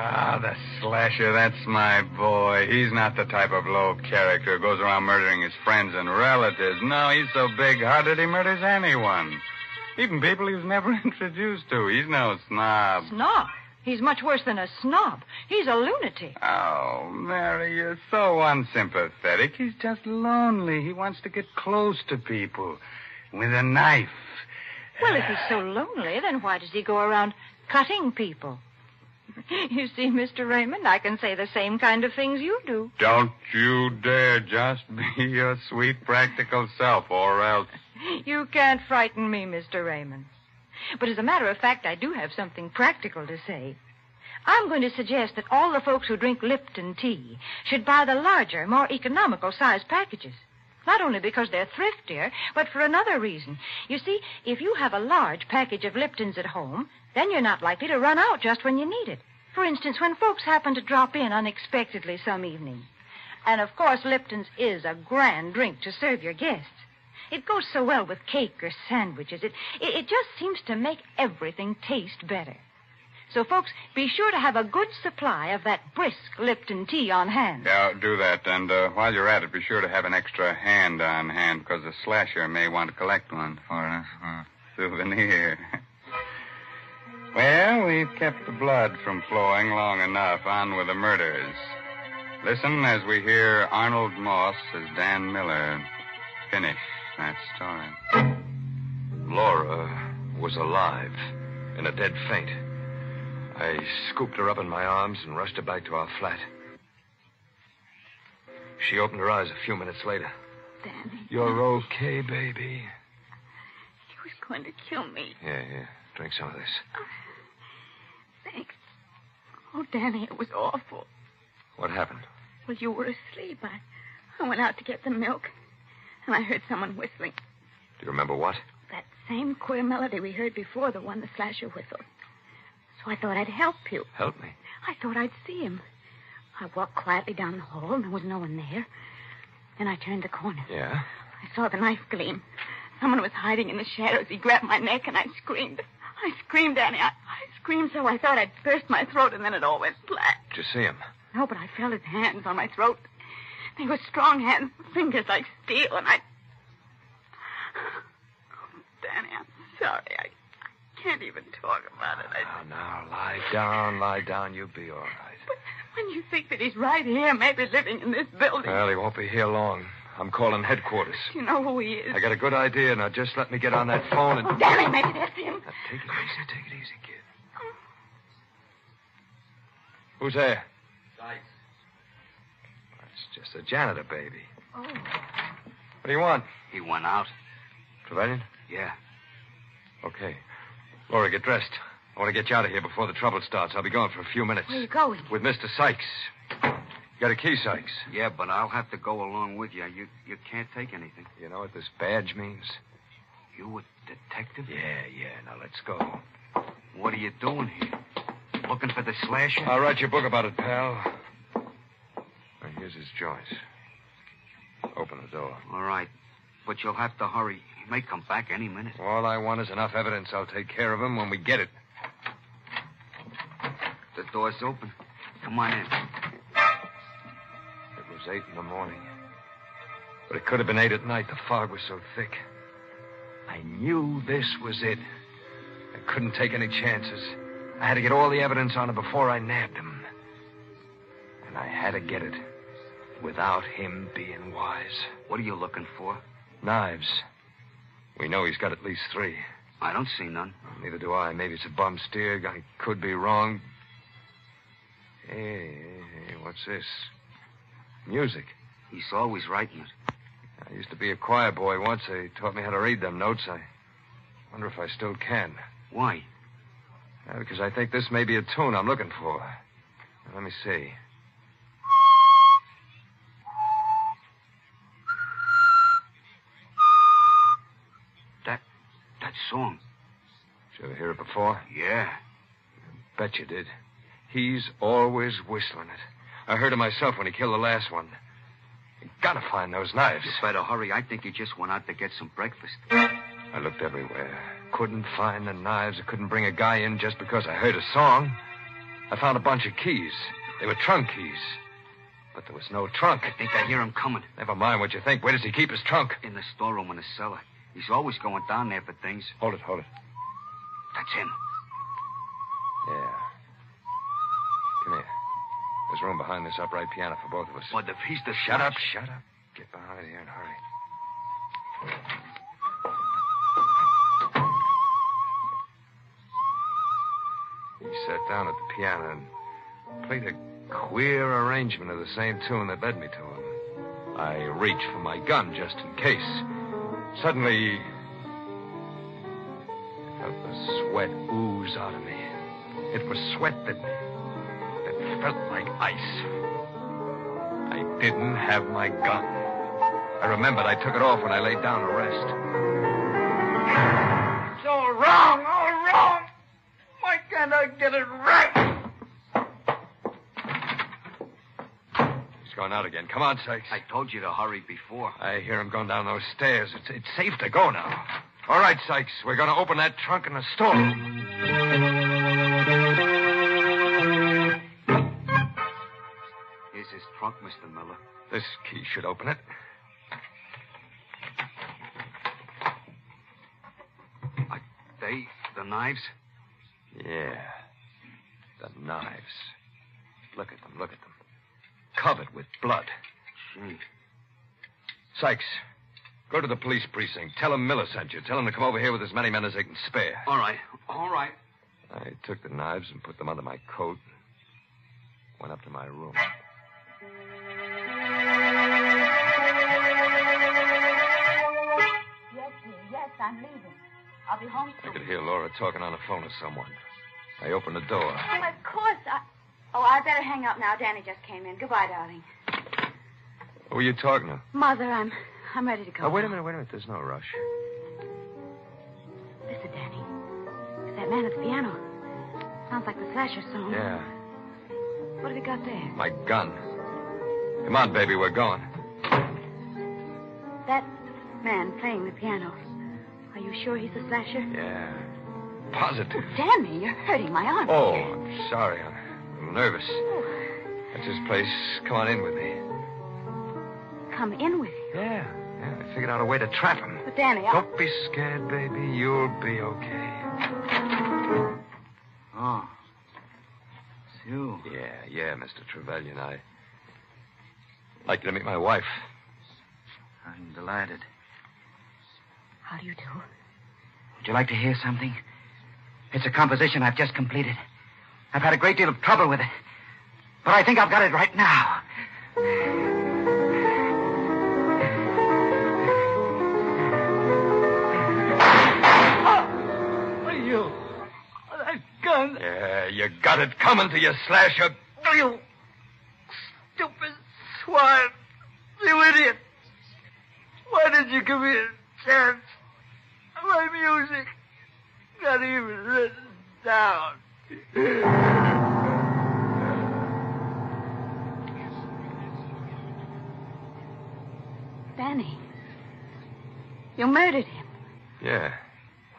Ah, the slasher, that's my boy. He's not the type of low character who goes around murdering his friends and relatives. No, he's so big hearted he murders anyone. Even people he was never introduced to. He's no snob. Snob. He's much worse than a snob. He's a lunatic. Oh, Mary, you're so unsympathetic. He's just lonely. He wants to get close to people with a knife. Well, if he's so lonely, then why does he go around cutting people? You see, Mr. Raymond, I can say the same kind of things you do. Don't you dare just be your sweet, practical self, or else. You can't frighten me, Mr. Raymond. But as a matter of fact, I do have something practical to say. I'm going to suggest that all the folks who drink Lipton tea should buy the larger, more economical size packages. Not only because they're thriftier, but for another reason. You see, if you have a large package of Liptons at home, then you're not likely to run out just when you need it. For instance, when folks happen to drop in unexpectedly some evening. And of course, Lipton's is a grand drink to serve your guests. It goes so well with cake or sandwiches. It, it, it just seems to make everything taste better. So, folks, be sure to have a good supply of that brisk Lipton tea on hand. Yeah, do that. And uh, while you're at it, be sure to have an extra hand on hand, because the slasher may want to collect one for a, a souvenir. well, we've kept the blood from flowing long enough. On with the murders. Listen as we hear Arnold Moss as Dan Miller finish that story. Laura was alive, in a dead faint. I scooped her up in my arms and rushed her back to our flat. She opened her eyes a few minutes later. Danny. You're okay, baby. He was going to kill me. Yeah, yeah. Drink some of this. Thanks. Oh, Danny, it was awful. What happened? Well, you were asleep. I, I went out to get the milk, and I heard someone whistling. Do you remember what? That same queer melody we heard before, the one the slasher whistled. So I thought I'd help you. Help me. I thought I'd see him. I walked quietly down the hall, and there was no one there. Then I turned the corner. Yeah? I saw the knife gleam. Someone was hiding in the shadows. He grabbed my neck, and I screamed. I screamed, Danny. I, I screamed so I thought I'd burst my throat, and then it all went flat. Did you see him? No, but I felt his hands on my throat. They were strong hands, fingers like steel, and I. Oh, Danny, I'm sorry. I, I can't even talk about it. I... Ah, Now, lie down, lie down. You'll be all right. When you think that he's right here, maybe living in this building, Well, he won't be here long. I'm calling headquarters. you know who he is. I got a good idea. Now, just let me get on that phone and. Oh, Danny, maybe that's him. Take it easy, take it easy, kid. Who's there? It's just the janitor, baby. Oh. What do you want? He went out. Trevelyan? Yeah. Okay. Laura, get dressed. I want to get you out of here before the trouble starts. I'll be gone for a few minutes. Where you going? With Mr. Sykes. You got a key, Sykes? Yeah, but I'll have to go along with you. You you can't take anything. You know what this badge means? You a detective? Yeah, yeah. Now let's go. What are you doing here? Looking for the slasher? I'll write you a book about it, pal. Now, here's his joint. Open the door. All right. But you'll have to hurry. He may come back any minute. All I want is enough evidence. I'll take care of him when we get it. The door's open. Come on in. It was eight in the morning. But it could have been eight at night. The fog was so thick. I knew this was it. I couldn't take any chances. I had to get all the evidence on him before I nabbed him. And I had to get it without him being wise. What are you looking for? Knives. We know he's got at least three. I don't see none. Neither do I. Maybe it's a bum steer. I could be wrong. Hey, hey, hey, what's this? Music. He's always writing it. I used to be a choir boy once. They taught me how to read them notes. I wonder if I still can. Why? Uh, because I think this may be a tune I'm looking for. Now, Let me see. That song. Did you ever hear it before? Yeah. Bet you did. He's always whistling it. I heard it myself when he killed the last one. You gotta find those knives. You better hurry. I think he just went out to get some breakfast. I looked everywhere. Couldn't find the knives. I couldn't bring a guy in just because I heard a song. I found a bunch of keys. They were trunk keys. But there was no trunk. I think I hear him coming. Never mind what you think. Where does he keep his trunk? In the storeroom in the cellar. He's always going down there for things. Hold it, hold it. That's him. Yeah. Come here. There's room behind this upright piano for both of us. What if he's the Shut up, shut up. Get behind here and hurry. He sat down at the piano and played a queer arrangement of the same tune that led me to him. I reached for my gun just in case. Suddenly, I felt the sweat ooze out of me. It was sweat that, that felt like ice. I didn't have my gun. I remembered I took it off when I laid down to rest. It's all wrong, all wrong. Why can't I get it right? He's going out again. Come on, Sykes. I told you to hurry before. I hear him going down those stairs. It's, it's safe to go now. All right, Sykes. We're going to open that trunk in the storeroom. Here's his trunk, Mr. Miller. This key should open it. They, the knives. Yeah. The knives. Look at them, look at them. covered with blood. Sykes, go to the police precinct. Tell him Miller sent you. Tell him to come over here with as many men as they can spare. All right. All right. I took the knives and put them under my coat. Went up to my room. Yes, dear. Yes, I'm leaving. I'll be home I could hear Laura talking on the phone to someone. I opened the door. Well, of course. I... Oh, I better hang up now. Danny just came in. Goodbye, darling. Who were you talking to? Mother, I'm I'm ready to go. Oh, wait a minute, wait a minute. There's no rush. Listen, Danny. It's that man at the piano. Sounds like the Slasher song. Yeah. What have you got there? My gun. Come on, baby, we're going. That man playing the piano. Are you sure he's a slasher? Yeah. Positive. Danny, you're hurting my arm. Oh, I'm sorry. I'm a little nervous. That's his place. Come on in with me. Come in with you. Yeah. Yeah, I figured out a way to trap him. But, Danny, I... Don't be scared, baby. You'll be okay. Oh. It's you. Yeah, yeah, Mr. Trevelyan. I like you to meet my wife. I'm delighted. How do you do? Would you like to hear something? It's a composition I've just completed. I've had a great deal of trouble with it. But I think I've got it right now. What are you? Oh, that gun. Yeah, you got it coming to you, Slasher. You stupid swine. You idiot. Why did you give me a chance? My music. Not even written down. Danny. You murdered him. Yeah,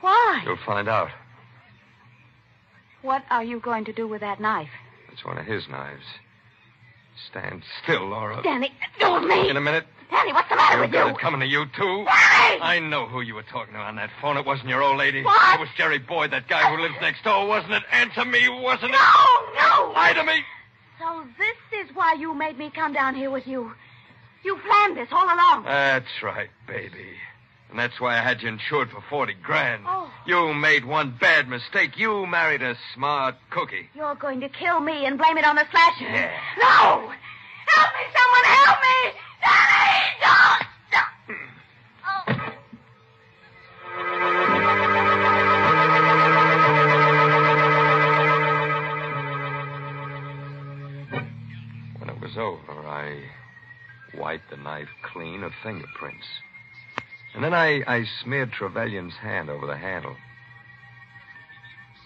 Why? you'll find out. What are you going to do with that knife? It's one of his knives. Stand still, Laura. Danny, do with me. In a minute. Danny, what's the matter you with got you? it coming to you, too. Danny! I know who you were talking to on that phone. It wasn't your old lady. What? It was Jerry Boyd, that guy who lives next door, wasn't it? Answer me, wasn't No, it? no. Lie to me. So this is why you made me come down here with you. You planned this all along. That's right, baby. And that's why I had you insured for 40 grand. Oh. You made one bad mistake. You married a smart cookie. You're going to kill me and blame it on the slasher. Yeah. No! Help me, someone, help me! Danny, don't! When it was over, I wiped the knife clean of fingerprints. And then I, I smeared Trevelyan's hand over the handle.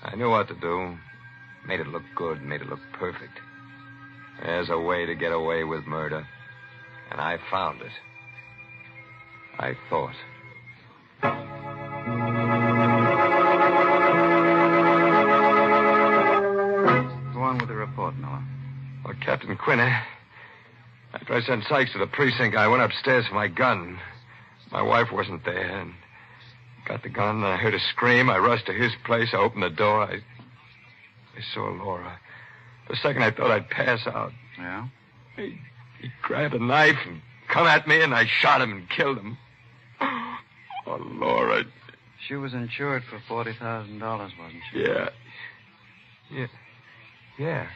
I knew what to do. Made it look good, made it look perfect. There's a way to get away with murder. And I found it. I thought. Go on with the report, Miller. Well, Captain Quinner, after I sent Sykes to the precinct, I went upstairs for my gun. My wife wasn't there, and got the gun, and I heard a scream. I rushed to his place. I opened the door. I, I saw Laura. The second I thought I'd pass out, Yeah? he, he grabbed a knife and come at me, and I shot him and killed him. Oh, Laura. She was insured for $40,000, wasn't she? Yeah. Yeah. Yeah.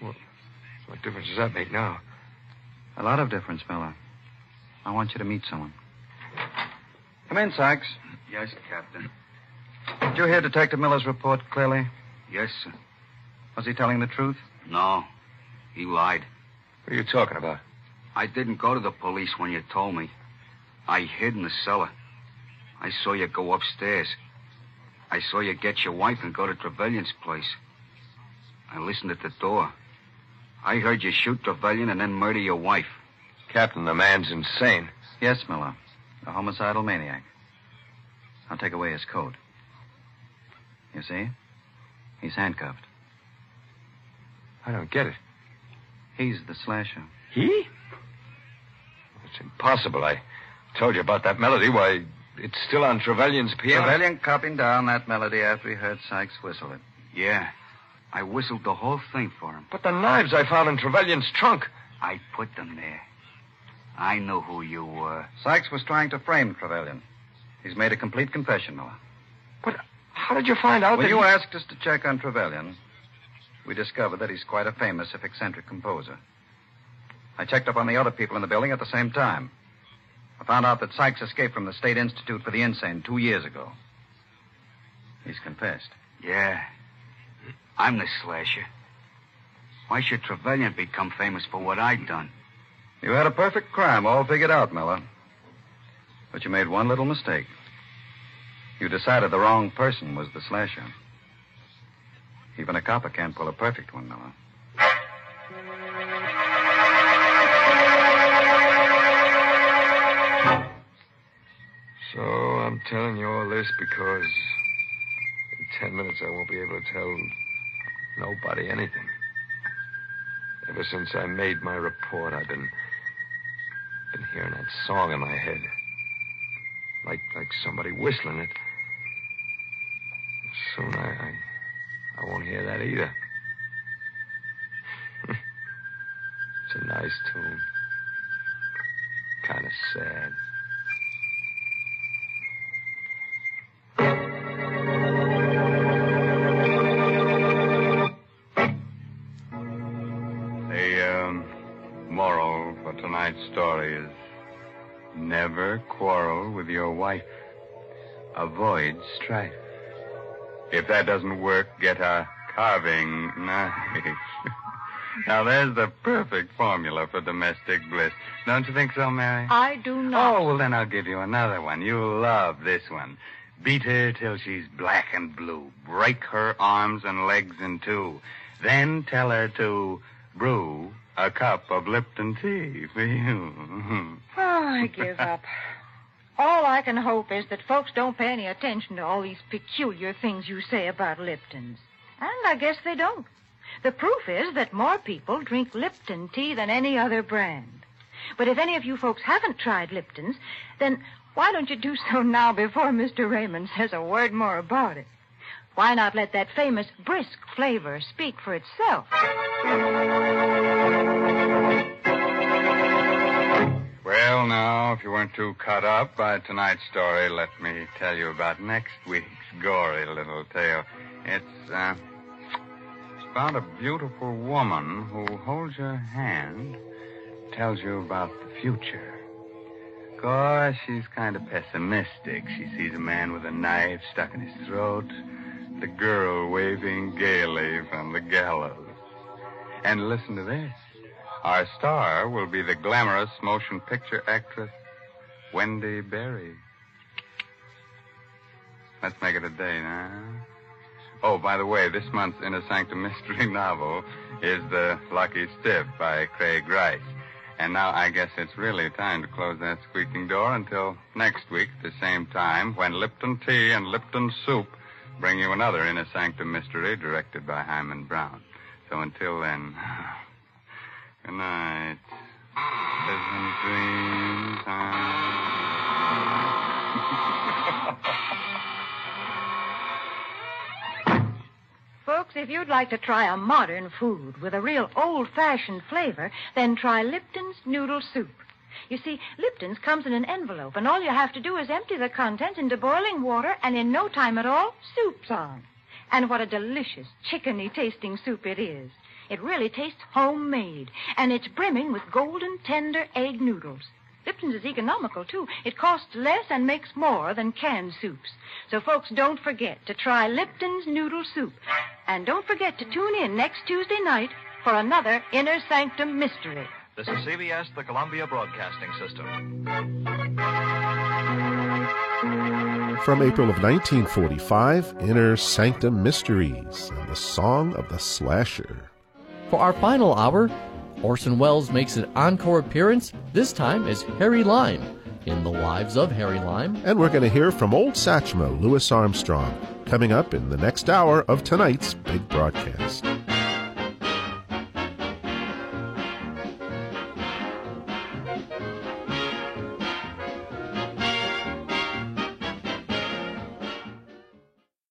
What, what difference does that make now? A lot of difference, Miller. I want you to meet someone. Come in, Sykes. Yes, Captain. Did you hear Detective Miller's report clearly? Yes, sir. Was he telling the truth? No. He lied. What are you talking about? I didn't go to the police when you told me. I hid in the cellar. I saw you go upstairs. I saw you get your wife and go to Trevelyan's place. I listened at the door. I heard you shoot Trevelyan and then murder your wife. Captain, the man's insane. Yes, Miller. A homicidal maniac. I'll take away his coat. You see? He's handcuffed. I don't get it. He's the slasher. He? It's impossible. I told you about that melody. Why, it's still on Trevelyan's piano. Trevelyan copied down that melody after he heard Sykes whistle it. Yeah. I whistled the whole thing for him. But the knives I found in Trevelyan's trunk. I put them there. I knew who you were. Sykes was trying to frame Trevelyan. He's made a complete confession, Miller. But how did you find out When that you he- asked us to check on Trevelyan, we discovered that he's quite a famous, if eccentric, composer. I checked up on the other people in the building at the same time. I found out that Sykes escaped from the State Institute for the Insane two years ago. He's confessed. Yeah. I'm the slasher. Why should Trevelyan become famous for what I'd done? You had a perfect crime all figured out, Miller. But you made one little mistake. You decided the wrong person was the slasher. Even a copper can't pull a perfect one, Miller. So I'm telling you all this because in ten minutes I won't be able to tell nobody anything. Ever since I made my report, I've been been hearing that song in my head, like like somebody whistling it. Soon I I, I won't hear that either. it's a nice tune, kind of sad. The um, moral for tonight's story is never quarrel with your wife. Avoid strife. If that doesn't work, get a carving knife. now, there's the perfect formula for domestic bliss. Don't you think so, Mary? I do not. Oh, well, then I'll give you another one. You'll love this one. Beat her till she's black and blue. Break her arms and legs in two. Then tell her to brew a cup of Lipton tea for you. Oh, I give up. All I can hope is that folks don't pay any attention to all these peculiar things you say about Liptons. And I guess they don't. The proof is that more people drink Lipton tea than any other brand. But if any of you folks haven't tried Lipton's, then why don't you do so now before Mr. Raymond says a word more about it? Why not let that famous brisk flavor speak for itself? Well, now, if you weren't too cut up by tonight's story, let me tell you about next week's gory little tale. It's, uh, it's about a beautiful woman who holds your hand, tells you about the future. Gosh, she's kind of pessimistic. She sees a man with a knife stuck in his throat, the girl waving gaily from the gallows. And listen to this. Our star will be the glamorous motion picture actress, Wendy Berry. Let's make it a day now. Oh, by the way, this month's Inner Sanctum Mystery novel is The Lucky Stiff by Craig Rice. And now I guess it's really time to close that squeaking door until next week at the same time when Lipton Tea and Lipton Soup bring you another Inner Sanctum Mystery directed by Hyman Brown. So until then, Good night. Pleasant dreams. Folks, if you'd like to try a modern food with a real old fashioned flavor, then try Lipton's Noodle Soup. You see, Lipton's comes in an envelope, and all you have to do is empty the contents into boiling water, and in no time at all, soup's on. And what a delicious, chickeny tasting soup it is. It really tastes homemade, and it's brimming with golden, tender egg noodles. Lipton's is economical, too. It costs less and makes more than canned soups. So, folks, don't forget to try Lipton's Noodle Soup. And don't forget to tune in next Tuesday night for another Inner Sanctum Mystery. This is CBS, the Columbia Broadcasting System. From April of 1945, Inner Sanctum Mysteries and the Song of the Slasher. For our final hour, Orson Welles makes an encore appearance, this time as Harry Lime in The Lives of Harry Lime. And we're going to hear from old Satchmo Louis Armstrong coming up in the next hour of tonight's big broadcast.